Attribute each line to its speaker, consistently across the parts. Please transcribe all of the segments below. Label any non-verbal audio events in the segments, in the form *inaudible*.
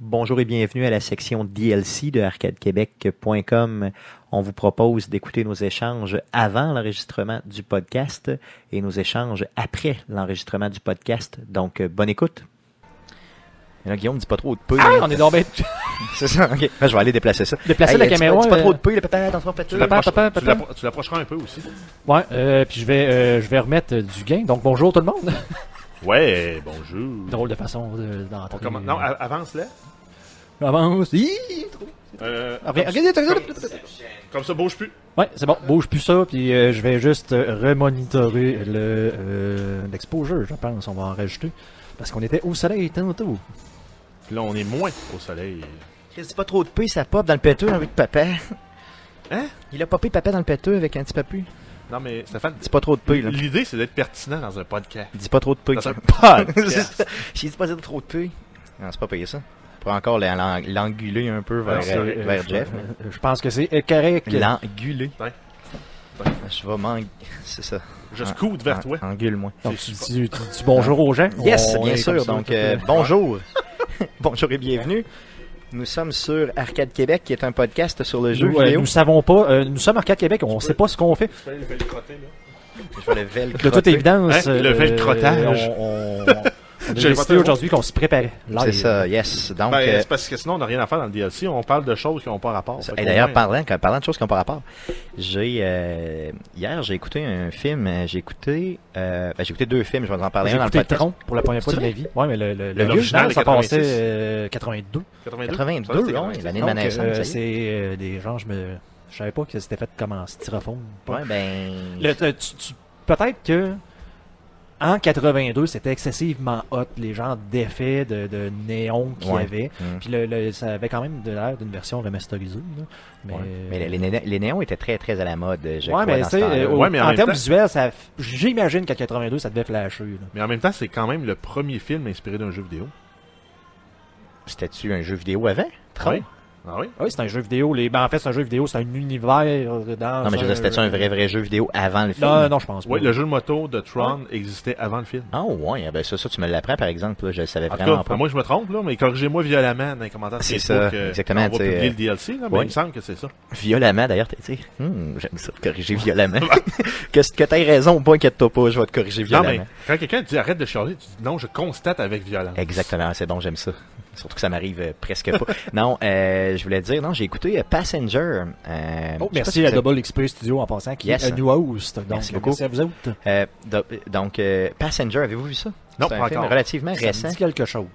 Speaker 1: Bonjour et bienvenue à la section DLC de arcadequebec.com. On vous propose d'écouter nos échanges avant l'enregistrement du podcast et nos échanges après l'enregistrement du podcast. Donc, euh, bonne écoute. Et là, Guillaume, dis pas trop de peu.
Speaker 2: Ah, on est *laughs* tombé.
Speaker 1: C'est ça, ok. Ben, je vais aller déplacer ça.
Speaker 2: Déplacer la
Speaker 1: dis pas-
Speaker 2: caméra,
Speaker 1: Dis pas
Speaker 2: euh,
Speaker 1: trop de peu, là, peut-être, attention, peut-être.
Speaker 3: Tu
Speaker 2: Papa,
Speaker 3: l'approches-
Speaker 2: papa,
Speaker 3: tu
Speaker 2: papa.
Speaker 3: l'appro- Tu l'approcheras un peu aussi.
Speaker 2: Ouais, euh, puis je vais, euh, je vais remettre euh, du gain. Donc bonjour tout le monde. *laughs*
Speaker 3: Ouais, bonjour.
Speaker 2: Drôle de façon de- d'entrer.
Speaker 3: On commence-
Speaker 1: euh,
Speaker 3: Non, a- avance-la.
Speaker 2: avance. Hi!
Speaker 3: Euh,
Speaker 2: Ah, regarde, regarde, regarde.
Speaker 3: comme ça, bouge plus.
Speaker 2: Ouais, c'est bon. Bouge plus ça, puis euh, je vais juste euh, remonitorer le euh, l'exposure, je pense. On va en rajouter parce qu'on était au soleil tantôt.
Speaker 3: Puis Là, on est moins au soleil.
Speaker 1: Dis pas trop de peu, ça pop dans le péteux avec papa.
Speaker 3: Hein?
Speaker 1: Il a popé papa dans le péteux avec un petit papu.
Speaker 3: Non, mais Stéphane,
Speaker 1: Dis pas trop de peu, là.
Speaker 3: l'idée, c'est d'être pertinent dans un podcast.
Speaker 1: Dis pas trop de peu.
Speaker 3: Dans un
Speaker 1: *laughs* C'est
Speaker 3: podcast.
Speaker 1: ça. J'ai dit pas dire trop de peu. Non, c'est pas payé ça. Pour encore la- l'ang- l'engueuler un peu vers,
Speaker 3: Ah, c'est
Speaker 1: euh,
Speaker 3: vrai.
Speaker 1: vers
Speaker 2: je,
Speaker 1: Jeff.
Speaker 2: euh, je pense que c'est euh, correct.
Speaker 1: L'engueuler.
Speaker 3: Ouais. Ouais.
Speaker 1: Je vais m'engueuler. C'est ça.
Speaker 3: Je scoot
Speaker 1: Ah.
Speaker 3: vers toi.
Speaker 1: Engule-moi.
Speaker 2: Donc,
Speaker 3: C'est
Speaker 2: tu, dis- tu dis bonjour aux gens.
Speaker 1: Yes,
Speaker 2: On
Speaker 1: bien
Speaker 2: est comme
Speaker 1: sûr.
Speaker 2: ça,
Speaker 1: Donc,
Speaker 2: tout,
Speaker 1: euh,
Speaker 2: euh,
Speaker 1: bonjour. *laughs* bonjour et bienvenue. Nous sommes sur Arcade Québec, qui est un podcast sur le jeu
Speaker 2: Nous, euh,
Speaker 1: vidéo.
Speaker 2: nous savons pas, euh, nous sommes Arcade Québec, on sait pas ce qu'on fait.
Speaker 3: Tu fais une belle crottée, là.
Speaker 1: Je vais le vel
Speaker 2: De toute
Speaker 1: crotter.
Speaker 2: évidence,
Speaker 3: Hein,
Speaker 2: euh,
Speaker 3: le fait crottage.
Speaker 2: On, on, on a
Speaker 3: *laughs* J'ai inventé
Speaker 2: décidé
Speaker 3: un
Speaker 2: aujourd'hui qu'on se préparait.
Speaker 1: C'est
Speaker 2: Live.
Speaker 1: ça, yes. Donc,
Speaker 3: Ben,
Speaker 1: euh,
Speaker 3: c'est parce que sinon, on n'a rien à faire dans le DLC. On parle de choses qui n'ont pas rapport.
Speaker 1: Ça-
Speaker 3: Fait
Speaker 1: Et
Speaker 3: qu'au
Speaker 1: d'ailleurs,
Speaker 3: moins-
Speaker 1: parlant, quand- parlant de choses qui n'ont pas rapport, j'ai euh, hier j'ai écouté un film. euh, J'ai écouté, euh, ben, j'ai écouté deux films. Je vais vous en parler
Speaker 2: J'ai
Speaker 1: un dans le
Speaker 2: écouté
Speaker 1: podcast.
Speaker 2: Tron pour la première fois de
Speaker 1: C'est
Speaker 2: ma vie. Ouais, mais le, le, le
Speaker 3: L'original,
Speaker 2: original, ça
Speaker 3: le 86.
Speaker 2: passait euh, 82.
Speaker 3: 82.
Speaker 1: 82,
Speaker 3: Ça, c'était
Speaker 1: ouais,
Speaker 3: 86.
Speaker 1: l'année de
Speaker 2: Donc,
Speaker 1: ma naissance.
Speaker 2: euh,
Speaker 1: ça y est.
Speaker 2: c'est euh, des gens, je me, je savais pas que c'était fait comme en styrofoam.
Speaker 1: Ouais, ben,
Speaker 2: Le- tu- tu- tu- Peut-être que en 82, c'était excessivement hot les gens d'effets de, de néon qu'il
Speaker 1: Ouais.
Speaker 2: y avait.
Speaker 1: Mm.
Speaker 2: Puis le, le- ça avait quand même de l'air d'une version remasterisée. là. Mais,
Speaker 1: Ouais. Mais les, les- les néons étaient très très à la mode. Je crois,
Speaker 2: ben, euh, ouais, mais tu
Speaker 1: dans ce
Speaker 2: sais,
Speaker 1: temps-là.
Speaker 2: euh, au-
Speaker 3: Ouais, mais en
Speaker 2: en,
Speaker 3: même
Speaker 2: termes
Speaker 3: temps-
Speaker 2: visuels, ça, f- j'imagine qu'à 82, ça devait flasher. là.
Speaker 3: Mais en même temps, c'est quand même le premier film inspiré d'un jeu vidéo.
Speaker 1: C'était-tu un jeu vidéo avant Tron?
Speaker 3: Oui. Ah oui?
Speaker 2: Oui, c'est un jeu vidéo. Les... Ben, en fait, c'est un jeu vidéo, c'est un univers euh, dans.
Speaker 1: Non, mais je veux dire, c'était-tu un vrai vrai jeu vidéo avant le film
Speaker 2: Non, non, je pense
Speaker 3: Oui,
Speaker 2: pas.
Speaker 3: le jeu de moto de Tron existait avant le film.
Speaker 1: Ah ouais, ben ça, ça tu me l'apprends par exemple. Là, je le savais
Speaker 3: En tout
Speaker 1: vraiment
Speaker 3: cas,
Speaker 1: pas.
Speaker 3: moi je me trompe, là, mais corrigez-moi violemment dans les commentaires
Speaker 1: C'est
Speaker 3: Facebook,
Speaker 1: ça,
Speaker 3: euh,
Speaker 1: exactement,
Speaker 3: On va
Speaker 1: tu sais,
Speaker 3: publier
Speaker 1: euh,
Speaker 3: le DLC, là, mais
Speaker 1: ouais.
Speaker 3: il me semble que c'est ça.
Speaker 1: Violemment d'ailleurs, tu sais. Hum, j'aime ça,
Speaker 2: *laughs*
Speaker 1: te corriger violemment. *laughs* que que t'aies raison ou pas, inquiète-toi pas, je vais te corriger
Speaker 3: Non,
Speaker 1: violemment.
Speaker 3: mais quand quelqu'un te dit arrête de chialer, tu dis non, je constate avec violence.
Speaker 1: Exactement, c'est bon, j'aime ça. *laughs* Surtout que ça m'arrive euh, presque pas. non, euh, je voulais dire, non, j'ai écouté euh, Passenger. euh,
Speaker 2: Oh,
Speaker 1: je sais pas si
Speaker 2: merci
Speaker 1: vous
Speaker 2: à
Speaker 1: avez-
Speaker 2: Double XP Studio en passant qui
Speaker 1: Yes.
Speaker 2: est nous host. Donc, merci,
Speaker 1: Merci beaucoup.
Speaker 2: à vous autres.
Speaker 1: Euh, do- donc, euh, Passenger, avez-vous vu ça?
Speaker 3: Non,
Speaker 1: c'est un
Speaker 3: pas
Speaker 1: film
Speaker 3: encore.
Speaker 1: relativement
Speaker 2: Ça
Speaker 1: récent.
Speaker 2: me dit quelque chose.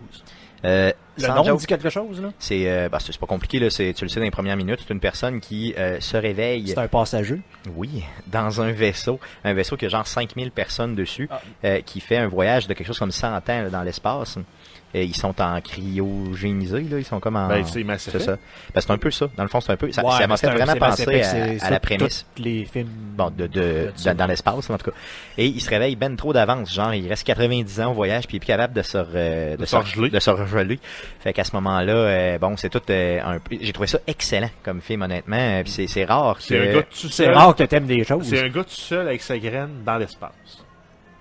Speaker 1: Euh,
Speaker 2: Le
Speaker 1: sans
Speaker 2: nom
Speaker 1: joke,
Speaker 2: dit quelque chose, là?
Speaker 1: c'est euh, bah, c'est c'est pas compliqué, là, c'est- tu le sais dans les premières minutes, c'est une personne qui euh, se réveille,
Speaker 2: C'est un passager.
Speaker 1: oui, *laughs* dans un vaisseau, un vaisseau qui a genre 5000 personnes dessus,
Speaker 2: Ah.
Speaker 1: euh, qui fait un voyage de quelque chose comme 100 ans là, dans l'espace. Et ils sont en cryogénisé, là, ils sont comme en...
Speaker 3: Ben, c'est Mass
Speaker 1: C'est
Speaker 3: Effect.
Speaker 1: ça. Ben, c'est un peu ça. Dans le fond, c'est un peu. Ça
Speaker 2: Ouais,
Speaker 1: ça m'a
Speaker 2: mais c'est
Speaker 1: fait
Speaker 2: un-
Speaker 1: vraiment
Speaker 2: c'est Mass
Speaker 1: penser
Speaker 2: Effect,
Speaker 1: à,
Speaker 2: c'est
Speaker 1: à
Speaker 2: ça,
Speaker 1: la prémisse.
Speaker 2: Tous les films.
Speaker 1: Bon, de, de,
Speaker 2: là-dessus.
Speaker 1: dans, dans l'espace, en tout cas. Et il se réveille ben trop d'avance. Genre, il reste 90 ans au voyage, puis il est plus capable de se, re-
Speaker 3: De
Speaker 1: se re-
Speaker 3: se regeler.
Speaker 1: de se regeler. Fait qu'à ce moment-là, euh, bon, c'est tout euh, un peu. J'ai trouvé ça excellent comme film, honnêtement. Euh, Puis c'est, c'est rare. que-
Speaker 3: C'est un gars tout
Speaker 2: C'est
Speaker 3: seul.
Speaker 2: rare que t'aimes des choses.
Speaker 3: C'est un gars tout seul avec sa graine dans l'espace.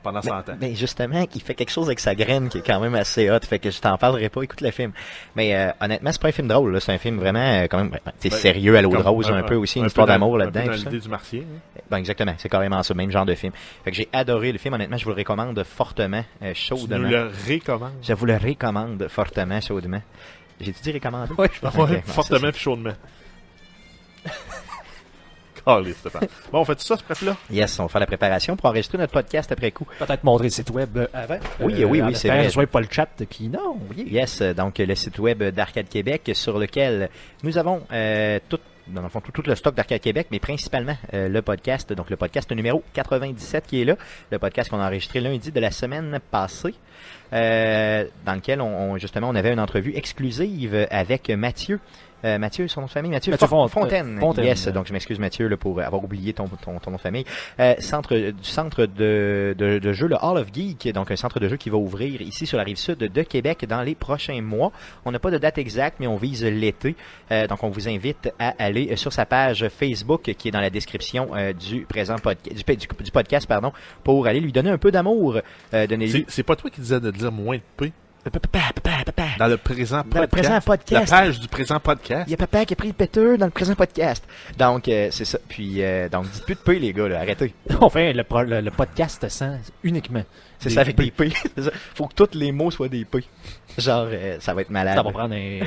Speaker 3: Pendant 100 ans.
Speaker 1: Mais ben, justement, il fait quelque chose avec sa graine qui est quand même assez hot. Fait que je t'en parlerai pas. Écoute le film. Mais euh, honnêtement, c'est pas un film drôle. là. C'est un film vraiment euh, quand même c'est
Speaker 3: Ben,
Speaker 1: sérieux à l'eau de
Speaker 3: Comme-
Speaker 1: rose un, peu aussi, une histoire
Speaker 3: dans-
Speaker 1: d'amour
Speaker 3: un peu
Speaker 1: là-dedans.
Speaker 3: Dans
Speaker 1: tout ça.
Speaker 3: l'idée du martien. hein.
Speaker 1: Ben exactement, c'est carrément ce même genre de film. Fait que j'ai adoré le film, honnêtement, je vous le recommande fortement, euh,
Speaker 3: Tu nous
Speaker 1: chaudement.
Speaker 3: le
Speaker 1: *laughs*
Speaker 3: récommandes.
Speaker 1: Je vous le recommande fortement, chaudement. J'ai dit recommandé.
Speaker 2: Ouais,
Speaker 1: je
Speaker 3: Ouais, fortement puis chaudement. *laughs* Calé, Stéphane. Bon, on fait tout ça, ce prep-là?
Speaker 1: Yes, on va faire la préparation pour enregistrer notre podcast après coup.
Speaker 2: Peut-être montrer le site web euh, avant.
Speaker 1: Oui, oui,
Speaker 2: en
Speaker 1: oui, c'est
Speaker 2: espérant
Speaker 1: vrai.
Speaker 2: que ce soit pas le chat qui. Non, oui.
Speaker 1: Yes, euh, donc euh, le site web d'Arcade Québec sur lequel nous avons euh, tout dans le fond, tout, tout le stock d'Arcade Québec, mais principalement euh, le podcast, donc le podcast numéro 97 qui est là, le podcast qu'on a enregistré lundi de la semaine passée, euh, dans lequel on, on- justement on avait une entrevue exclusive avec Mathieu. Euh, Mathieu, son nom de famille, Mathieu,
Speaker 2: Mathieu
Speaker 1: Fon-
Speaker 2: Font-
Speaker 1: Fontaine.
Speaker 2: euh, Fontaine.
Speaker 1: Yes, donc je m'excuse Mathieu là, pour avoir oublié ton, ton, ton nom de famille. Euh, centre du centre de, de, de jeu, le Hall of Geek, donc un centre de jeu qui va ouvrir ici sur la rive sud de Québec dans les prochains mois. On n'a pas de date exacte, mais on vise l'été. Euh, donc on vous invite à aller euh, sur sa page Facebook qui est dans la description euh, du présent podca- du, du- du podcast pardon, pour aller lui donner un peu d'amour. Euh, donner
Speaker 3: C'est c'est pas toi qui disais de dire moins de P.
Speaker 1: Papa, papa, papa.
Speaker 3: Dans le présent podcast.
Speaker 1: Dans le présent
Speaker 3: La
Speaker 1: podcast.
Speaker 3: page du présent podcast.
Speaker 1: Il y a papa qui a pris le péteur dans le présent podcast. Donc, euh, c'est ça. Puis, euh, donc, dites plus de P, les gars, là. Arrêtez.
Speaker 2: *laughs* On fait le, pro- le- le podcast sans uniquement.
Speaker 1: C'est
Speaker 2: Des
Speaker 1: ça avec
Speaker 2: P.
Speaker 1: des P. *laughs* C'est ça. Faut que tous les mots soient des P. Genre, euh, ça va être malade.
Speaker 2: Ça va prendre un,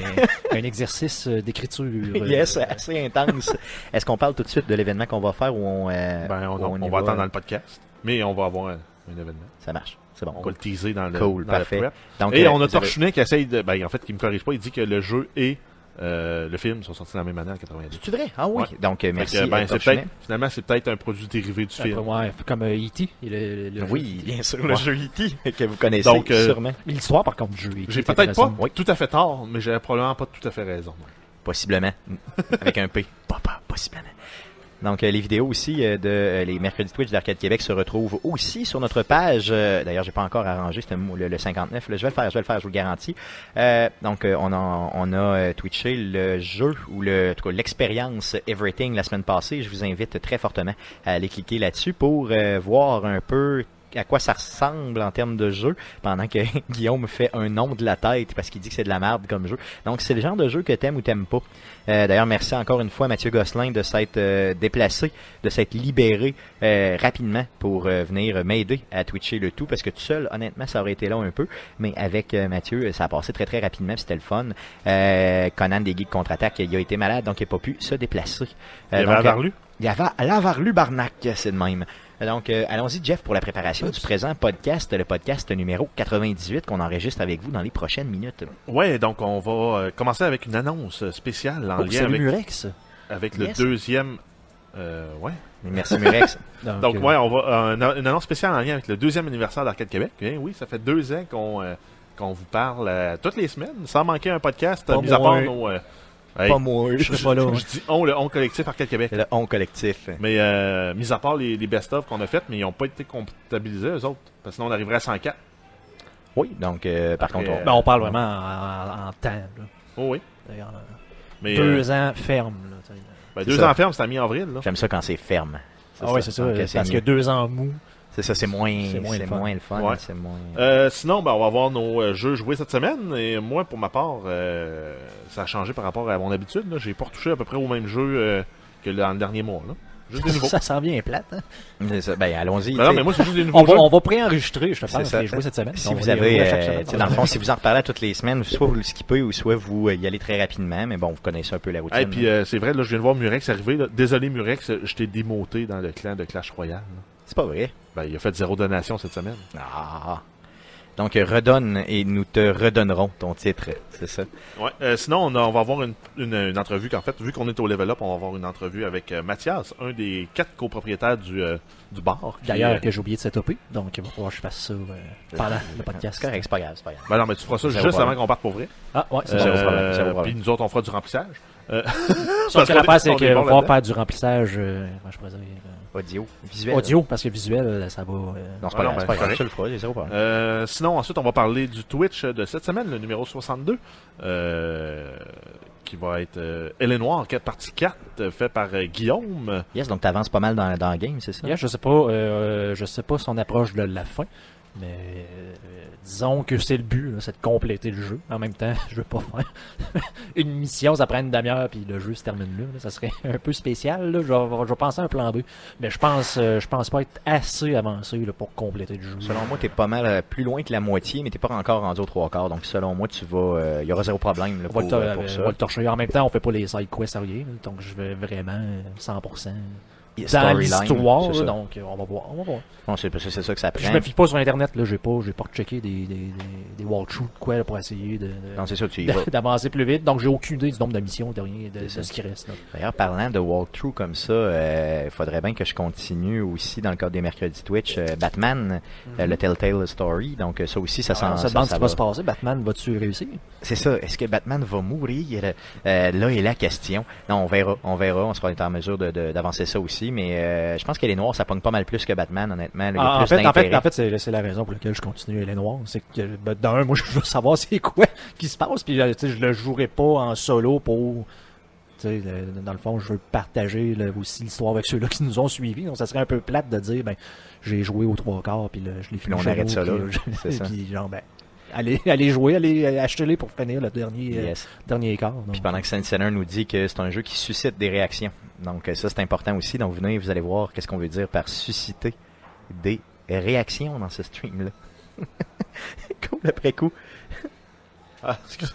Speaker 2: un exercice euh, d'écriture. euh,
Speaker 1: *laughs* Yes, assez intense. Est-ce qu'on parle tout de suite de l'événement qu'on va faire ou on, euh,
Speaker 3: Ben, on,
Speaker 1: ou
Speaker 3: on
Speaker 1: y
Speaker 3: va attendre dans le podcast. Mais on va avoir un, un événement.
Speaker 1: Ça marche. C'est bon.
Speaker 3: On va le teaser dans le,
Speaker 1: Cool,
Speaker 3: dans le
Speaker 1: parfait.
Speaker 3: prep.
Speaker 1: Donc,
Speaker 3: Et
Speaker 1: euh,
Speaker 3: on a
Speaker 1: vous avez-
Speaker 3: Torchunet qui essaye de. Ben, en fait, qui me corrige pas. Il dit que le jeu et euh, le film sont sortis dans la même année en 90.
Speaker 1: C'est-tu vrai? Ah oui.
Speaker 3: Ouais.
Speaker 1: Donc, euh,
Speaker 3: Fait
Speaker 1: merci.
Speaker 3: que, ben,
Speaker 1: euh,
Speaker 3: c'est
Speaker 1: Torchenet.
Speaker 3: peut-être, finalement, c'est peut-être un produit dérivé du
Speaker 2: après,
Speaker 3: film.
Speaker 2: ouais, comme euh, E.T. le- le- le-
Speaker 1: Oui, bien sûr, le
Speaker 3: Ouais.
Speaker 1: jeu E.T. que vous connaissez
Speaker 3: Donc, euh,
Speaker 1: sûrement.
Speaker 2: L'histoire, par contre, du jeu. E.T.
Speaker 3: J'ai
Speaker 2: est
Speaker 3: peut-être pas
Speaker 2: intéressante.
Speaker 3: tout à fait tort, mais j'avais probablement pas tout à fait raison.
Speaker 1: Euh, Possiblement. *laughs* Avec un P. Papa, possiblement. Donc, euh, les vidéos aussi euh, de euh, les mercredis Twitch d'Arcade Québec se retrouvent aussi sur notre page. Euh, D'ailleurs, j'ai pas encore arrangé c'était le, le 59. là. je vais le faire, je vais le faire, je vous le garantis. Euh, donc, euh, on a, on a euh, twitché le jeu ou le, en tout cas, l'expérience Everything la semaine passée. Je vous invite très fortement à aller cliquer là-dessus pour euh, voir un peu à quoi ça ressemble en termes de jeu pendant que *laughs* Guillaume fait un nom de la tête parce qu'il dit que c'est de la merde comme jeu. Donc, c'est le genre de jeu que t'aimes ou t'aimes pas. Euh, D'ailleurs, merci encore une fois à Mathieu Gosselin de s'être euh, déplacé, de s'être libéré euh, rapidement pour euh, venir m'aider à twitcher le tout parce que tout seul, honnêtement, ça aurait été long un peu. Mais avec euh, Mathieu, ça a passé très très rapidement, puis c'était le fun. Euh, Conan des Geeks contre-attaque, il a été malade, donc il n'a pas pu se déplacer.
Speaker 3: Il
Speaker 1: Euh,
Speaker 3: y avait
Speaker 1: donc,
Speaker 3: à Varlu.
Speaker 1: il y avait à Lavarlu Barnac, c'est de même. Donc, euh, allons-y, Jeff, pour la préparation du présent podcast, le podcast numéro 98 qu'on enregistre avec vous dans les prochaines minutes.
Speaker 3: Ouais, donc on va euh, commencer avec une annonce spéciale en
Speaker 2: Oh,
Speaker 3: lien
Speaker 2: c'est le
Speaker 3: avec,
Speaker 2: Murex.
Speaker 3: avec le
Speaker 1: Yes.
Speaker 3: deuxième. euh, ouais.
Speaker 1: Merci, Murex.
Speaker 3: Donc,
Speaker 2: euh,
Speaker 3: ouais, on va euh, une annonce spéciale en lien avec le deuxième anniversaire d'Arcade Québec. Eh oui, ça fait deux ans qu'on euh, qu'on vous parle euh, toutes les semaines, sans manquer un podcast,
Speaker 2: Pas
Speaker 3: mis à part
Speaker 2: moins.
Speaker 3: nos. euh, hey,
Speaker 1: Pas moi.
Speaker 2: je serai pas là.
Speaker 3: je dis on, le on collectif Arcade Québec.
Speaker 1: C'est le on collectif.
Speaker 3: Mais euh, mis à part les, les best-of qu'on a fait, mais ils n'ont pas été comptabilisés, eux autres. Parce que sinon, on arriverait à 104.
Speaker 1: Oui, donc, euh, par
Speaker 3: Après,
Speaker 1: contre, on...
Speaker 2: Ben, on parle vraiment en, en- en temps. là.
Speaker 3: Oh oui.
Speaker 2: D'ailleurs, là,
Speaker 3: Mais, euh,
Speaker 2: deux ans ferme. là, t'sais.
Speaker 3: ben,
Speaker 1: c'est
Speaker 3: deux
Speaker 1: ça.
Speaker 3: ans ferme, c'est à mi-avril. Là.
Speaker 1: j'aime ça quand c'est ferme.
Speaker 2: Ah ouais, c'est ça.
Speaker 1: Donc,
Speaker 2: euh,
Speaker 1: c'est
Speaker 2: Parce que
Speaker 1: mieux.
Speaker 2: deux ans mou.
Speaker 1: C'est ça, c'est moins, c'est moins, le fun.
Speaker 3: Ouais.
Speaker 1: C'est moins...
Speaker 3: Euh, sinon, ben, on va voir nos euh, jeux joués cette semaine. Et moi, pour ma part, euh, ça a changé par rapport à mon habitude. là. J'ai pas retouché à peu près au même jeu euh, que dans le dernier mois. Là. Juste des
Speaker 2: *laughs*
Speaker 3: nouveaux.
Speaker 2: ça s'en vient plate. hein.
Speaker 1: C'est ça. Ben, allons-y.
Speaker 3: Ben non,
Speaker 1: tu sais.
Speaker 3: mais moi, c'est juste des
Speaker 2: *laughs* On
Speaker 3: nouveaux
Speaker 2: va,
Speaker 3: jeux.
Speaker 2: on va préenregistrer, je te parle,
Speaker 1: C'est ça.
Speaker 2: les jouer cette semaine.
Speaker 1: Si
Speaker 2: On
Speaker 1: vous
Speaker 2: va les
Speaker 1: avez,
Speaker 2: jouer à chaque
Speaker 1: euh,
Speaker 2: semaine.
Speaker 1: tu sais, dans le fond, si vous en reparlez à toutes les semaines, soit vous le skippez ou soit vous euh, y allez très rapidement, mais bon, vous connaissez un peu la routine.
Speaker 3: Et puis, euh, c'est vrai, là, je viens de voir Murex arriver. là. Désolé, Murex, je t'ai démonté dans le clan de Clash Royale. là.
Speaker 1: C'est pas vrai.
Speaker 3: Ben, il a fait zéro donation cette semaine.
Speaker 1: Ah. Donc, euh, redonne et nous te redonnerons ton titre, c'est ça?
Speaker 3: Ouais. euh, sinon, on, a- on va avoir une, une- une entrevue qu'en fait, vu qu'on est au level up, on va avoir une entrevue avec euh, Mathias, un des quatre copropriétaires du, euh, du bar. qui, euh,
Speaker 2: D'ailleurs, que j'ai oublié de s'étoper, donc il va falloir que je fasse ça euh, pendant le podcast.
Speaker 1: C'est correct, c'est pas grave, c'est pas grave.
Speaker 3: ben non, mais tu feras ça
Speaker 1: Zéro
Speaker 3: juste
Speaker 1: problème.
Speaker 3: avant qu'on parte pour vrai.
Speaker 2: Ah, ouais, c'est
Speaker 1: Euh,
Speaker 2: bon.
Speaker 1: zéro problème, zéro problème.
Speaker 3: Puis nous autres, on fera du remplissage. Euh,
Speaker 2: *laughs* Sauf que
Speaker 3: qu'on est-
Speaker 2: l'affaire, c'est
Speaker 3: on est
Speaker 2: qu'il
Speaker 3: bon
Speaker 2: va falloir
Speaker 3: là-dedans.
Speaker 2: faire du remplissage, euh, comment je pourrais dire, euh,
Speaker 1: Audio, visuel.
Speaker 2: audio, parce que visuel, ça va. euh,
Speaker 1: Non, c'est
Speaker 3: Ah
Speaker 1: pas
Speaker 3: non,
Speaker 1: grave,
Speaker 3: ben,
Speaker 1: c'est pas grave.
Speaker 3: correct.
Speaker 1: Je le ferai, j'ai zéro problème.
Speaker 3: Euh, sinon, ensuite, on va parler du Twitch de cette semaine, le numéro 62, euh, qui va être euh, Elle est Noire, qui est partie 4, euh, fait par euh, Guillaume.
Speaker 1: Yes, donc t'avances pas mal dans, dans le game, c'est ça?
Speaker 2: Yeah, je sais pas, euh, je sais pas son approche de la fin, mais euh, disons que c'est le but, là, c'est de compléter le jeu. En même temps, *laughs* je veux pas faire *laughs* une mission, ça prend une demi-heure puis le jeu se termine là. là. ça serait *laughs* un peu spécial. Là. Je, vais, je vais penser à un plan B, mais je pense, euh, je pense pas être assez avancé là, pour compléter le jeu.
Speaker 1: Selon moi, t'es pas mal euh, plus loin que la moitié, mais t'es pas encore rendu aux trois quarts. Donc, selon moi, tu vas, euh, il y aura zéro problème là,
Speaker 2: on va,
Speaker 1: pour,
Speaker 2: le, tor-
Speaker 1: euh, pour
Speaker 2: euh,
Speaker 1: ça.
Speaker 2: on va le torcher. En même temps, on fait pas les side quests à rien, là, donc je vais vraiment euh, 100% dans
Speaker 1: Storyline,
Speaker 2: l'histoire.
Speaker 1: c'est ça.
Speaker 2: là, Donc euh, on va voir, on va voir.
Speaker 1: Non, c'est c'est- c'est ça que ça
Speaker 2: Puis je
Speaker 1: prend.
Speaker 2: me fie pas sur internet là, j'ai pas, j'ai pas checké des des, des, des walkthroughs de quoi là, pour essayer de, de- *laughs*
Speaker 1: Non, c'est ça, tu y
Speaker 2: d'a-
Speaker 1: vas.
Speaker 2: d'avancer plus vite. Donc j'ai aucune idée du nombre de missions, de rien, de,
Speaker 1: C'est
Speaker 2: de
Speaker 1: ça.
Speaker 2: ce qui reste. là.
Speaker 1: D'ailleurs, parlant de walkthrough comme ça, euh, il faudrait bien que je continue aussi dans le cadre des mercredis Twitch, euh, Batman,
Speaker 2: Mhm.
Speaker 1: euh, le Telltale Story. Donc, euh, ça aussi, ça
Speaker 2: Alors, on
Speaker 1: s'en
Speaker 2: se
Speaker 1: ça-
Speaker 2: Ah, demande ce
Speaker 1: ça
Speaker 2: qui
Speaker 1: va.
Speaker 2: va se passer. Batman va-tu réussir
Speaker 1: C'est ça. Est-ce que Batman va mourir Euh, Là est la question. Non, on verra, on verra. On sera en mesure de- de- d'avancer ça aussi. Mais euh, je pense que les noirs, ça pogne pas mal plus que Batman, honnêtement. là. Il y a
Speaker 2: Ah, en,
Speaker 1: plus
Speaker 2: fait, en fait,
Speaker 1: d'intérêt.
Speaker 2: en fait, c'est c'est la raison pour laquelle je continue les noirs. C'est que ben, d'un, moi je veux savoir *laughs* c'est quoi qui se passe. Puis euh, tu sais, je le jouerai pas en solo pour. tu sais, le- dans le fond, je veux partager là, aussi l'histoire avec ceux-là qui nous ont suivis. Donc, ça serait un peu plate de dire, ben, j'ai joué aux trois quarts, puis là, je l'ai fini.
Speaker 1: on
Speaker 2: chez
Speaker 1: arrête
Speaker 2: nous,
Speaker 1: ça
Speaker 2: *laughs* puis,
Speaker 1: là.
Speaker 2: euh, je-
Speaker 1: C'est ça.
Speaker 2: puis genre, ben, allez, allez jouer, allez euh, achetez-les pour finir le dernier, euh,
Speaker 1: Yes.
Speaker 2: dernier quart. donc.
Speaker 1: Puis pendant que Saint Sinner nous dit que c'est un jeu qui suscite des réactions. Donc euh, ça c'est important aussi. Donc venez, vous allez voir qu'est-ce qu'on veut dire par susciter des réactions dans ce stream là. *laughs* cool après coup.
Speaker 3: Ah, excuse-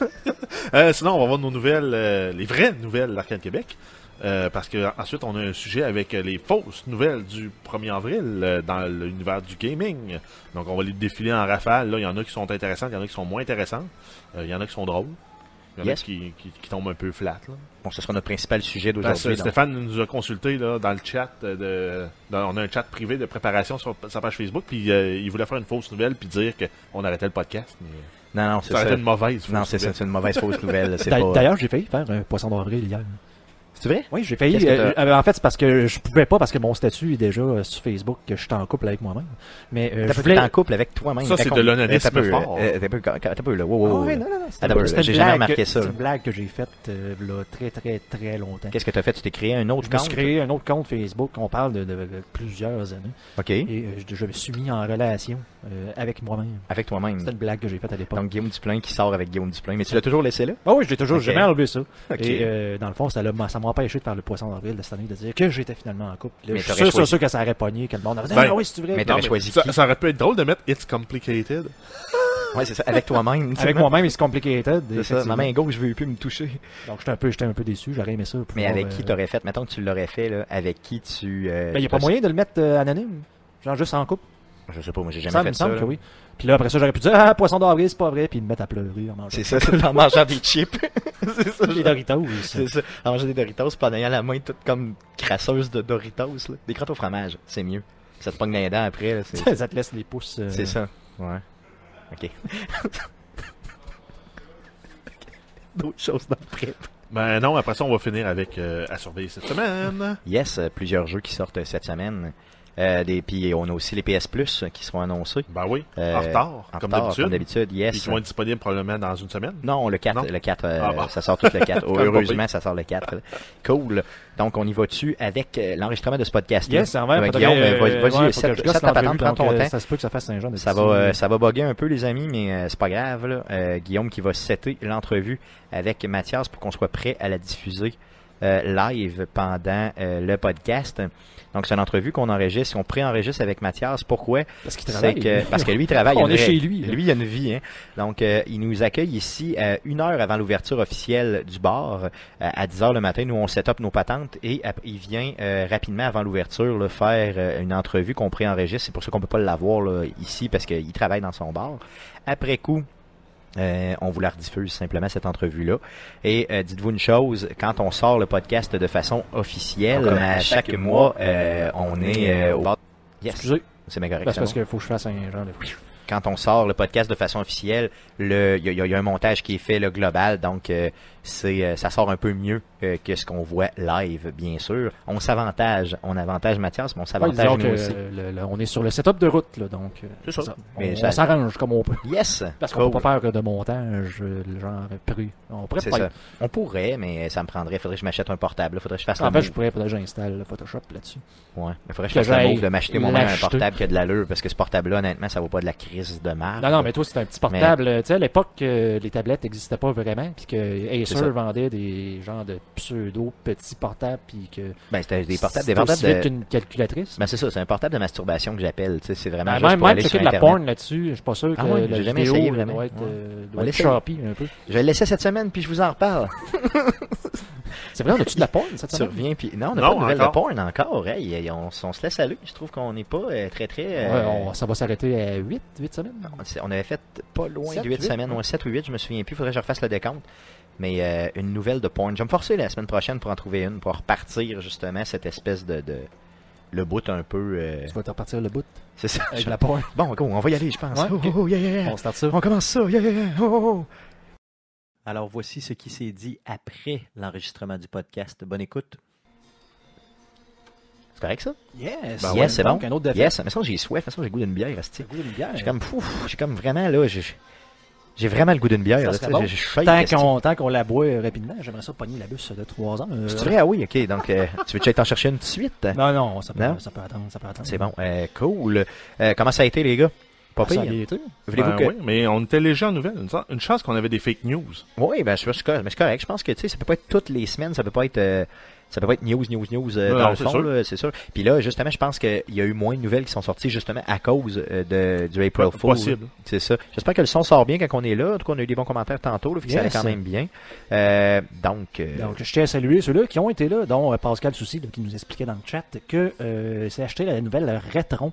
Speaker 3: Euh, sinon, on va voir nos nouvelles, euh, les vraies nouvelles d'Arcade Québec. Euh, parce que ensuite on a un sujet avec euh, les fausses nouvelles du 1er avril euh, dans l'univers du gaming. Donc on va les défiler en rafale. Là, il y en a qui sont intéressantes, il y en a qui sont moins intéressantes, Euh, il y en a qui sont drôles, il y en
Speaker 1: Yes.
Speaker 3: a qui, qui- qui tombent un peu flat. là.
Speaker 1: Bon, ce sera notre principal sujet
Speaker 3: Parce que
Speaker 1: d'aujourd'hui. donc.
Speaker 3: Stéphane nous a consulté là, dans le chat. euh, De, dans- on a un chat privé de préparation sur sa page Facebook. Puis euh, il voulait faire une fausse nouvelle puis dire qu'on arrêtait le podcast. Mais
Speaker 1: Non non, c'est
Speaker 3: ça
Speaker 1: ça.
Speaker 3: aurait été une mauvaise
Speaker 1: Non,
Speaker 3: fausse
Speaker 1: c'est ça,
Speaker 3: nouvelle.
Speaker 1: c'est une mauvaise fausse nouvelle, c'est
Speaker 2: D'a-
Speaker 1: pas
Speaker 2: D'ailleurs, j'ai failli faire un poisson d'avril hier.
Speaker 1: C'est vrai
Speaker 2: Oui, j'ai failli.
Speaker 1: Qu'est-ce que
Speaker 2: euh,
Speaker 1: t'as-
Speaker 2: euh, en fait, c'est parce que je pouvais pas, parce que mon statut est déjà euh, sur Facebook, que je suis en couple avec moi-même. Mais euh,
Speaker 1: T'as
Speaker 2: je
Speaker 1: pas
Speaker 2: voulais.
Speaker 1: en couple avec toi-même.
Speaker 3: Ça, c'est
Speaker 1: Raconte-
Speaker 3: de l'onanisme
Speaker 1: T'as peu,
Speaker 3: fort.
Speaker 1: euh, T'as peu, t'as peu, là. Wow,
Speaker 2: Ah
Speaker 1: wow, wow.
Speaker 2: ouais, non, non, non, c'était-
Speaker 1: Attends, ben,
Speaker 2: c'était une
Speaker 1: j'ai jamais
Speaker 2: blague-
Speaker 1: remarqué ça,
Speaker 2: C'est
Speaker 1: là.
Speaker 2: une blague que j'ai faite euh, là, très, très, très longtemps.
Speaker 1: Qu'est-ce que t'as fait? Tu t'es créé un autre
Speaker 2: Je me
Speaker 1: compte?
Speaker 2: suis créé un autre compte Facebook, on parle de, de- de plusieurs années,
Speaker 1: OK.
Speaker 2: et euh, je, je me suis mis en relation euh, avec moi-même.
Speaker 1: Avec toi-même.
Speaker 2: C'était une blague que j'ai faite à l'époque.
Speaker 1: Hmm. Donc, Guillaume Duplain qui sort avec Guillaume Duplain. Mais tu l'as toujours laissé là?
Speaker 2: Ah oui, j'ai toujours
Speaker 1: Ok.
Speaker 2: jamais enlevé ça.
Speaker 1: OK.
Speaker 2: Et euh, dans le fond, ça l'a- ça m'a empêché de faire le poisson d'avril de cette année, de dire que j'étais finalement en couple. Là,
Speaker 1: Mais
Speaker 2: je suis
Speaker 1: t'aurais
Speaker 2: sûr, sûr,
Speaker 1: choisi.
Speaker 2: sûr que ça aurait pogné, que le monde aurait dit
Speaker 3: Ben,
Speaker 2: Ah oui, c'est vrai.
Speaker 1: mais
Speaker 2: Non,
Speaker 1: t'aurais choisi
Speaker 3: ça,
Speaker 1: qui?
Speaker 3: ça aurait pu être drôle de mettre It's Complicated.
Speaker 1: Ouais, c'est ça. Avec toi-même.
Speaker 2: Avec moi-même, il se compliquait.
Speaker 1: C'est ça. Ma main gauche, je veux plus me toucher.
Speaker 2: Donc j'étais un peu, j'étais un peu déçu. J'aurais aimé ça.
Speaker 1: Mais
Speaker 2: pouvoir,
Speaker 1: avec
Speaker 2: euh,
Speaker 1: qui t'aurais fait? Mettons que tu l'aurais fait, là. Avec qui tu. euh,
Speaker 2: Ben, y a pas
Speaker 1: t'as-
Speaker 2: moyen de le mettre euh, anonyme. Genre juste en couple.
Speaker 1: Je sais pas, moi, j'ai
Speaker 2: ça
Speaker 1: jamais
Speaker 2: me
Speaker 1: fait ça.
Speaker 2: semble
Speaker 1: là.
Speaker 2: que oui. Puis là, après ça, j'aurais pu dire Ah, poisson d'avril, c'est pas vrai. Puis me mettre à pleurer en mangeant
Speaker 1: C'est ça, c'est en mangeant des chips. *laughs* c'est
Speaker 2: *laughs*
Speaker 1: ça,
Speaker 2: des
Speaker 1: je-
Speaker 2: Doritos.
Speaker 1: C'est ça. En mangeant des Doritos, puis en ayant la main toute comme crasseuse de Doritos, là. Des crottes au fromage, c'est mieux. Ça te pogne dans les dents après, là.
Speaker 2: *laughs*
Speaker 1: C'est
Speaker 2: ça te laisse les pouces. euh,
Speaker 1: c'est ça. Ouais. OK. D'autres choses dans le pré.
Speaker 3: Ben non, après ça, on va finir avec euh, à surveiller cette semaine.
Speaker 1: Yes, euh, plusieurs jeux qui sortent euh, cette semaine. Euh, des, puis on a aussi les PS Plus euh, qui seront annoncés.
Speaker 3: Ben oui,
Speaker 1: Euh,
Speaker 3: en retard,
Speaker 1: En
Speaker 3: comme
Speaker 1: retard, comme
Speaker 3: d'habitude.
Speaker 1: d'habitude,
Speaker 3: Puis
Speaker 1: yes.
Speaker 3: qui vont être disponibles probablement dans une semaine.
Speaker 1: Non, le 4,
Speaker 3: Non?
Speaker 1: Le 4 euh,
Speaker 3: Ah bon.
Speaker 1: ça sort tout
Speaker 3: *laughs*
Speaker 1: le 4. Oh,
Speaker 3: Comme
Speaker 1: heureusement, ça sort le 4. Cool. Donc, on y va dessus avec euh, l'enregistrement de ce podcast
Speaker 2: Yes, en vrai,
Speaker 1: Ben,
Speaker 2: faudrait,
Speaker 1: Guillaume,
Speaker 2: euh,
Speaker 1: vas-y, vas-y,
Speaker 2: ouais, faut
Speaker 1: set-
Speaker 2: que je gosse
Speaker 1: set ta patente,
Speaker 2: l'entrevue,
Speaker 1: prends ton
Speaker 2: donc, euh,
Speaker 1: temps.
Speaker 2: Ça se peut que ça fasse Saint-Jean. de
Speaker 1: Ça va,
Speaker 2: petit-
Speaker 1: euh, ça va bugger un peu, les amis, mais euh, c'est pas grave. là. Euh, Guillaume qui va setter l'entrevue avec Mathias pour qu'on soit prêt à la diffuser euh, live pendant euh, le podcast. Donc, c'est une entrevue qu'on enregistre, on pré-enregistre avec Mathias. Pourquoi?
Speaker 2: Parce qu'il
Speaker 1: euh, C'est
Speaker 2: travaille. Ah,
Speaker 1: que, parce que lui, il travaille. il a
Speaker 2: *laughs* On
Speaker 1: une
Speaker 2: est
Speaker 1: vraie-
Speaker 2: chez lui, là.
Speaker 1: Lui, il a une vie. Hein. Donc, euh, il nous accueille ici euh, une heure avant l'ouverture officielle du bar. Euh, à 10 heures le matin, nous, on set up nos patentes et ap- il vient euh, rapidement avant l'ouverture là, faire euh, une entrevue qu'on pré-enregistre. C'est pour ça qu'on peut pas l'avoir là, ici parce qu'il travaille dans son bar. Après coup... euh, on vous la rediffuse simplement cette entrevue-là. Et euh, dites-vous une chose, quand on sort le podcast de façon officielle,
Speaker 2: Encore.
Speaker 1: à chaque mois, euh, on est euh, au bar. Yes,
Speaker 2: Excusez,
Speaker 1: c'est bien correct.
Speaker 2: ben,
Speaker 1: c'est
Speaker 2: c'est parce
Speaker 1: bon
Speaker 2: qu'il faut que je fasse Saint-Jean. là.
Speaker 1: quand on sort le podcast de façon officielle, le- il y, a- il y a- il y a un montage qui est fait le global, donc euh, c'est euh, ça sort un peu mieux euh, que ce qu'on voit live, bien sûr. On s'avantage, on avantage Mathias, mais on
Speaker 2: Ouais,
Speaker 1: s'avantage
Speaker 2: disons que
Speaker 1: nous aussi.
Speaker 2: euh, le- le- on est sur le setup de route, là, donc euh,
Speaker 3: C'est ça. Ben
Speaker 2: On,
Speaker 1: Mais
Speaker 2: on
Speaker 1: ça-
Speaker 2: s'arrange comme on peut.
Speaker 1: Yes,
Speaker 2: Parce qu'on
Speaker 1: Cool.
Speaker 2: peut pas faire de montage, euh, le genre pris. On pourrait
Speaker 1: C'est
Speaker 2: pas.
Speaker 1: ça. On pourrait, mais ça me prendrait. Faudrait que je m'achète un portable. là. Faudrait que je fasse
Speaker 2: En
Speaker 1: le
Speaker 2: fait,
Speaker 1: move.
Speaker 2: Ah, ben, je pourrais, peut-être j'installe le Photoshop là-dessus.
Speaker 1: Ouais. Mais Faudrait que
Speaker 2: que
Speaker 1: je fasse le
Speaker 2: j'aille
Speaker 1: move de m'acheter moi un
Speaker 2: l'acheter.
Speaker 1: portable qui a de l'allure, parce que ce portable-là, honnêtement, ça vaut pas de la crise de marre.
Speaker 2: Non, non, mais toi, c'est un petit portable. Tu sais, à l'époque, euh, les tablettes n'existaient pas vraiment, puis que
Speaker 1: C'est ça.
Speaker 2: Acer vendait des genres de pseudo petits portables, puis que
Speaker 1: Ben, c'était des portables,
Speaker 2: c'était
Speaker 1: des portables
Speaker 2: aussi vite
Speaker 1: de...
Speaker 2: qu'une calculatrice.
Speaker 1: Ben, c'est ça, c'est un portable de masturbation que j'appelle. tu sais, C'est
Speaker 2: Ben,
Speaker 1: vraiment juste
Speaker 2: même
Speaker 1: pour
Speaker 2: même
Speaker 1: aller sur
Speaker 2: checker de la
Speaker 1: Internet.
Speaker 2: porn là-dessus, je suis pas sûr
Speaker 1: Ah
Speaker 2: que
Speaker 1: ouais,
Speaker 2: la
Speaker 1: j'ai jamais
Speaker 2: vidéo
Speaker 1: essayé
Speaker 2: euh,
Speaker 1: vraiment.
Speaker 2: doit être,
Speaker 1: Ouais.
Speaker 2: euh,
Speaker 1: On
Speaker 2: doit être
Speaker 1: l'essaye.
Speaker 2: choppy un peu.
Speaker 1: Je l'ai laissé cette semaine, puis je vous en reparle.
Speaker 2: C'est vrai, on a-tu de la porn cette
Speaker 1: Tu
Speaker 2: semaine?
Speaker 1: reviens, puis... Non, on n'a
Speaker 3: Non,
Speaker 1: pas de nouvelles de
Speaker 3: encore.
Speaker 1: porn encore. Hey, hey, on, s- on se laisse aller. Je trouve qu'on n'est pas euh, très, très...
Speaker 2: Ouais,
Speaker 1: euh,
Speaker 2: on- ça va s'arrêter à 8, 8 semaines.
Speaker 1: on s'est- on avait fait pas loin
Speaker 2: Sept,
Speaker 1: de
Speaker 2: huit,
Speaker 1: 8 semaines,
Speaker 2: ouais.
Speaker 1: ouais, 7 ou 8, je me souviens plus. Faudrait que je refasse le décompte. Mais euh, une nouvelle de porn. Je vais me forcer la semaine prochaine pour en trouver une, pour repartir justement cette espèce de... de- Le bout un peu... euh,
Speaker 2: Tu vas te repartir le bout
Speaker 1: C'est ça.
Speaker 2: avec de la porn.
Speaker 1: Bon, go, on va y aller, je pense.
Speaker 2: Ouais,
Speaker 1: Oh,
Speaker 2: ok.
Speaker 1: oh, yeah, yeah, yeah.
Speaker 2: On start ça.
Speaker 1: On commence ça. Yeah, yeah, yeah. Oh, oh. Alors voici ce qui s'est dit après l'enregistrement du podcast. Bonne écoute. C'est correct ça?
Speaker 2: Yes,
Speaker 1: Ben *laughs* yes, c'est bon.
Speaker 2: Donc, un autre défi.
Speaker 1: Yes, mais ça j'ai soif, mais ça j'ai le goût d'une bière, asti. J'ai comme pouf, j'ai comme vraiment là, j'ai j'ai vraiment le goût d'une bière.
Speaker 2: Ça
Speaker 1: là,
Speaker 2: serait
Speaker 1: tu sais,
Speaker 2: bon.
Speaker 1: j'ai- j'ai shake,
Speaker 2: Tant
Speaker 1: asti.
Speaker 2: qu'on, tant qu'on la boit euh, rapidement, j'aimerais ça pogner la bus de 3 ans. euh,
Speaker 1: C'est vrai, ah oui, ok. Donc euh, *laughs* tu veux tu t'en chercher une de suite?
Speaker 2: Non, non, ça peut,
Speaker 1: Non?
Speaker 2: ça peut attendre, ça peut attendre.
Speaker 1: C'est bon, Euh, cool. Euh, comment ça a été les gars? Pas
Speaker 2: ça a
Speaker 1: pire.
Speaker 2: bien été.
Speaker 1: Voulez-vous
Speaker 3: Ben
Speaker 1: que.
Speaker 3: oui, mais on était léger en nouvelles. Une, chance- une chance qu'on avait des fake news.
Speaker 1: Oui, ben, je, je, je- mais c'est correct. Je pense que tu sais, ça peut pas être toutes les semaines, ça peut pas être euh, ça peut pas être news, news, news euh,
Speaker 3: Non,
Speaker 1: dans le
Speaker 3: c'est
Speaker 1: fond,
Speaker 3: sûr.
Speaker 1: là, c'est sûr. Puis là, justement, je pense qu'il y a eu moins de nouvelles qui sont sorties justement à cause euh, de, du April Fool.
Speaker 3: Possible.
Speaker 1: C'est ça. J'espère que le son sort bien quand on est là. En tout cas, on a eu des bons commentaires tantôt, là, fait que ça allait
Speaker 2: Yes.
Speaker 1: quand même bien. Euh, donc, euh,
Speaker 2: Donc, je tiens à saluer ceux-là qui ont été là, dont euh, Pascal Soucy, là, qui nous expliquait dans le chat que euh, c'est acheté la nouvelle Retron.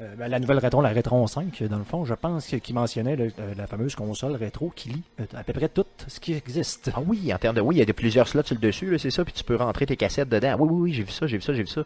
Speaker 2: Euh, ben, la nouvelle Retron, la Retron 5, euh, dans le fond, je pense que- qu'il mentionnait le- euh, la fameuse console rétro qui lit euh, à peu près tout ce qui existe.
Speaker 1: Ah oui, en termes de. Oui, il y a de plusieurs slots sur le dessus, là, c'est ça, puis tu peux rentrer tes cassettes dedans. Oui, oui, oui, j'ai vu ça, j'ai vu ça, j'ai vu ça.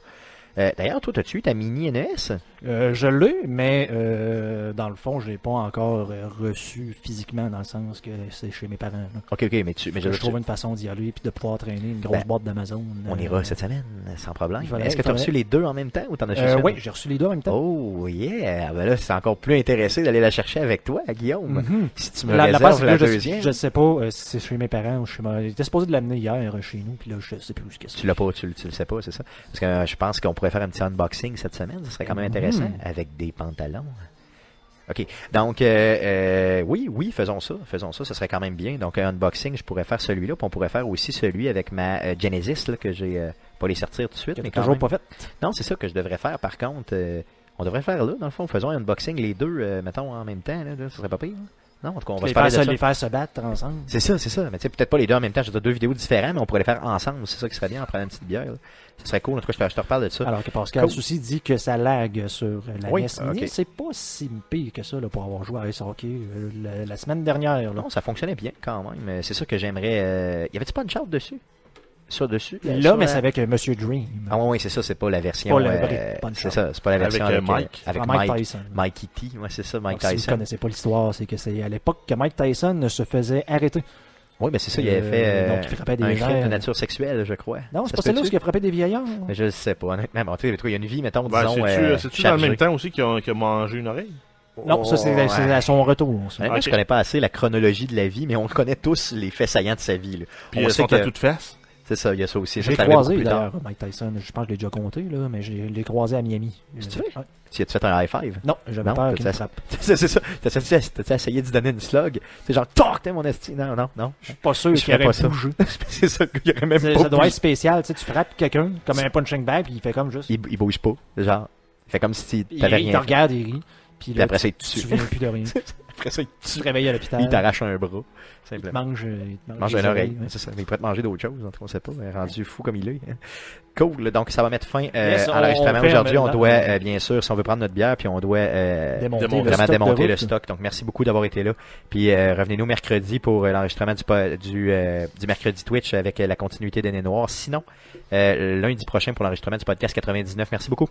Speaker 1: Euh, D'ailleurs, toi, t'as-tu eu ta mini E NES?
Speaker 2: Euh, je l'ai, mais euh, dans le fond, je l'ai pas encore euh, reçu physiquement, dans le sens que c'est chez mes parents. là.
Speaker 1: Ok, ok, mais tu. Mais je,
Speaker 2: je trouve une façon d'y aller puis de pouvoir traîner une grosse
Speaker 1: Ben,
Speaker 2: boîte d'Amazon.
Speaker 1: On
Speaker 2: euh,
Speaker 1: ira cette semaine, sans problème.
Speaker 2: il faudrait-
Speaker 1: Est-ce que
Speaker 2: il
Speaker 1: tu as reçu
Speaker 2: faudrait.
Speaker 1: les deux en même temps ou t'en as
Speaker 2: Euh,
Speaker 1: juste
Speaker 2: oui,
Speaker 1: une?
Speaker 2: j'ai reçu les deux en même temps.
Speaker 1: Oh yeah! Ah Ben là, c'est encore plus intéressé d'aller la chercher avec toi, Guillaume.
Speaker 2: Mhm.
Speaker 1: Si tu Oh, ben, me
Speaker 2: la, la
Speaker 1: réserves
Speaker 2: face,
Speaker 1: la,
Speaker 2: là, je-
Speaker 1: deuxième,
Speaker 2: Je, sais pas euh, si c'est chez mes parents ou chez moi. Il était supposé de l'amener hier euh, chez nous, puis là, je sais plus où ce que c'est.
Speaker 1: tu l'as pas, tu, le- tu le sais pas, c'est ça? Parce que euh, je pense qu'on pourrait faire un petit unboxing cette semaine, ce serait quand même intéressant,
Speaker 2: Mhm.
Speaker 1: avec des pantalons. OK. Donc, euh, euh, oui, oui, faisons ça. Faisons ça, ce serait quand même bien. Donc, un unboxing, je pourrais faire celui-là, puis on pourrait faire aussi celui avec ma euh, Genesis, là, que j'ai... euh, pas les sortir tout de suite,
Speaker 2: Que
Speaker 1: mais
Speaker 2: t'as
Speaker 1: quand
Speaker 2: toujours
Speaker 1: même-
Speaker 2: pas fait.
Speaker 1: Non, c'est ça que je devrais faire. Par contre, euh, on devrait faire là, dans le fond. Faisons un unboxing les deux, euh, mettons, en même temps. Là, là, ce serait pas pire. hein? Non, en tout cas, on va
Speaker 2: les,
Speaker 1: se parler
Speaker 2: faire
Speaker 1: de
Speaker 2: se,
Speaker 1: ça.
Speaker 2: les faire se battre ensemble.
Speaker 1: C'est ça, c'est ça. Mais tu sais, peut-être pas les deux en même temps. J'ai deux vidéos différentes, mais on pourrait les faire ensemble. C'est ça qui serait bien, en prenant une petite bière. là. Ce serait cool. En tout cas, je te, je te reparle de ça.
Speaker 2: Alors que Pascal
Speaker 1: Cool.
Speaker 2: Soucy dit que ça lag sur la
Speaker 1: Oui,
Speaker 2: NES Mini.
Speaker 1: ok.
Speaker 2: C'est pas si pire que ça là, pour avoir joué à Ice Hockey euh, la, la semaine dernière. Là,
Speaker 1: non, ça fonctionnait bien quand même. Euh, C'est ça que j'aimerais. euh, Y avait-tu pas une charte dessus Sur dessus euh,
Speaker 2: là
Speaker 1: sur
Speaker 2: mais
Speaker 1: la-
Speaker 2: c'est avec euh, Monsieur Dream.
Speaker 1: Ah, ouais, ouais, c'est ça. C'est pas la version.
Speaker 2: pas la
Speaker 1: euh,
Speaker 2: vraie punch-out.
Speaker 1: c'est ça. C'est pas la
Speaker 3: Avec,
Speaker 1: version
Speaker 3: euh,
Speaker 1: avec, euh,
Speaker 3: Mike.
Speaker 1: Avec
Speaker 2: Ah,
Speaker 1: Mike.
Speaker 2: Tyson. Ah,
Speaker 1: Mikey T. Ouais, c'est ça, Mike
Speaker 2: Alors, Si vous
Speaker 1: Tyson.
Speaker 2: connaissez pas l'histoire, c'est que c'est à l'époque que Mike Tyson se faisait arrêter.
Speaker 1: Oui, mais ben, c'est ça. Il avait
Speaker 2: Euh,
Speaker 1: fait euh,
Speaker 2: donc, il frappait des
Speaker 1: un
Speaker 2: gens.
Speaker 1: crime de nature sexuelle, je crois.
Speaker 2: Non,
Speaker 1: Ça
Speaker 2: c'est pas
Speaker 1: se
Speaker 2: celle-là où
Speaker 1: peut-tu?
Speaker 2: il a frappé des vieillards.
Speaker 1: Mais je le sais pas, honnêtement. Bon, tu sais, toi, il y a une vie, mettons,
Speaker 3: Ben,
Speaker 1: disons.
Speaker 3: c'est-tu
Speaker 1: euh,
Speaker 3: c'est-tu dans le
Speaker 1: chargée.
Speaker 3: même temps aussi qu'il a, qu'il a mangé une oreille?
Speaker 2: Non, ça c'est
Speaker 1: Oh, Ouais. Hein?
Speaker 2: c'est à son retour. ça.
Speaker 1: Honnêtement, Je
Speaker 3: Ok.
Speaker 1: connais pas assez la chronologie de la vie, mais on connaît tous les faits saillants de sa vie. là.
Speaker 3: Puis euh,
Speaker 1: on
Speaker 3: elles
Speaker 1: sait
Speaker 3: sont
Speaker 1: que
Speaker 3: à toute face.
Speaker 1: c'est ça, il y a ça aussi. Ça,
Speaker 2: J'ai
Speaker 1: ça arrivait beaucoup
Speaker 2: croisé
Speaker 1: plus tard.
Speaker 2: d'ailleurs Mike Tyson, je pense que je l'ai déjà compté, là, mais je l'ai- je l'ai croisé à Miami.
Speaker 1: C'est
Speaker 2: Euh,
Speaker 1: vrai?
Speaker 2: ouais.
Speaker 1: Tu as-tu fait un high five? *laughs*
Speaker 2: Non, j'avais
Speaker 1: Non,
Speaker 2: peur
Speaker 1: peut-être
Speaker 2: qu'il me
Speaker 1: ça.
Speaker 2: frappe.
Speaker 1: c'est c'est ça. T'as-tu t'as-tu essayé de se donner une slug? C'est genre, torque, t'es mon esti. Non, non, non.
Speaker 2: Je suis pas sûr
Speaker 1: Je
Speaker 2: qu'il
Speaker 1: ferais
Speaker 2: aurait
Speaker 1: pas ça.
Speaker 2: bougé.
Speaker 1: *laughs* c'est ça, il y aurait même
Speaker 2: C'est-
Speaker 1: pas.
Speaker 2: Ça doit
Speaker 1: bougé.
Speaker 2: être spécial, tu sais, tu frappes quelqu'un comme un punching bag, puis il fait comme juste.
Speaker 1: Il, il bouge pas. Genre, il fait comme si
Speaker 2: Il,
Speaker 1: t'avais
Speaker 2: il te
Speaker 1: rien. fait.
Speaker 2: regarde, il rit, puis
Speaker 1: Puis
Speaker 2: là,
Speaker 1: après, ça, il te
Speaker 2: tu te
Speaker 1: tue.
Speaker 2: souviens plus de
Speaker 1: *laughs*
Speaker 2: rien.
Speaker 1: Après ça, il te
Speaker 2: tu
Speaker 1: tue.
Speaker 2: te réveilles à l'hôpital.
Speaker 1: Il t'arrache un bras.
Speaker 2: il te
Speaker 1: Simplement.
Speaker 2: mange, euh, il te mange
Speaker 1: mange
Speaker 2: les
Speaker 1: une oreille.
Speaker 2: oreilles, ouais.
Speaker 1: C'est ça. Mais il pourrait te manger d'autres choses. En tout cas, on sait pas. mais Rendu fou comme il est. hein. Cool. Donc, ça va mettre fin euh,
Speaker 2: Yes, on-
Speaker 1: à l'enregistrement.
Speaker 2: on ferme
Speaker 1: Aujourd'hui, on
Speaker 2: maintenant.
Speaker 1: doit, euh, bien sûr, si on veut prendre notre bière, puis on doit euh,
Speaker 2: Démonter le
Speaker 3: démonter,
Speaker 1: vraiment
Speaker 2: stock de
Speaker 1: démonter le
Speaker 2: route.
Speaker 1: stock. Donc, merci beaucoup d'avoir été là. Puis, euh, revenez-nous mercredi pour euh, l'enregistrement du, po- du, euh, du mercredi Twitch avec euh, la continuité des Noirs. Sinon, euh, lundi prochain pour l'enregistrement du podcast 99. Merci beaucoup.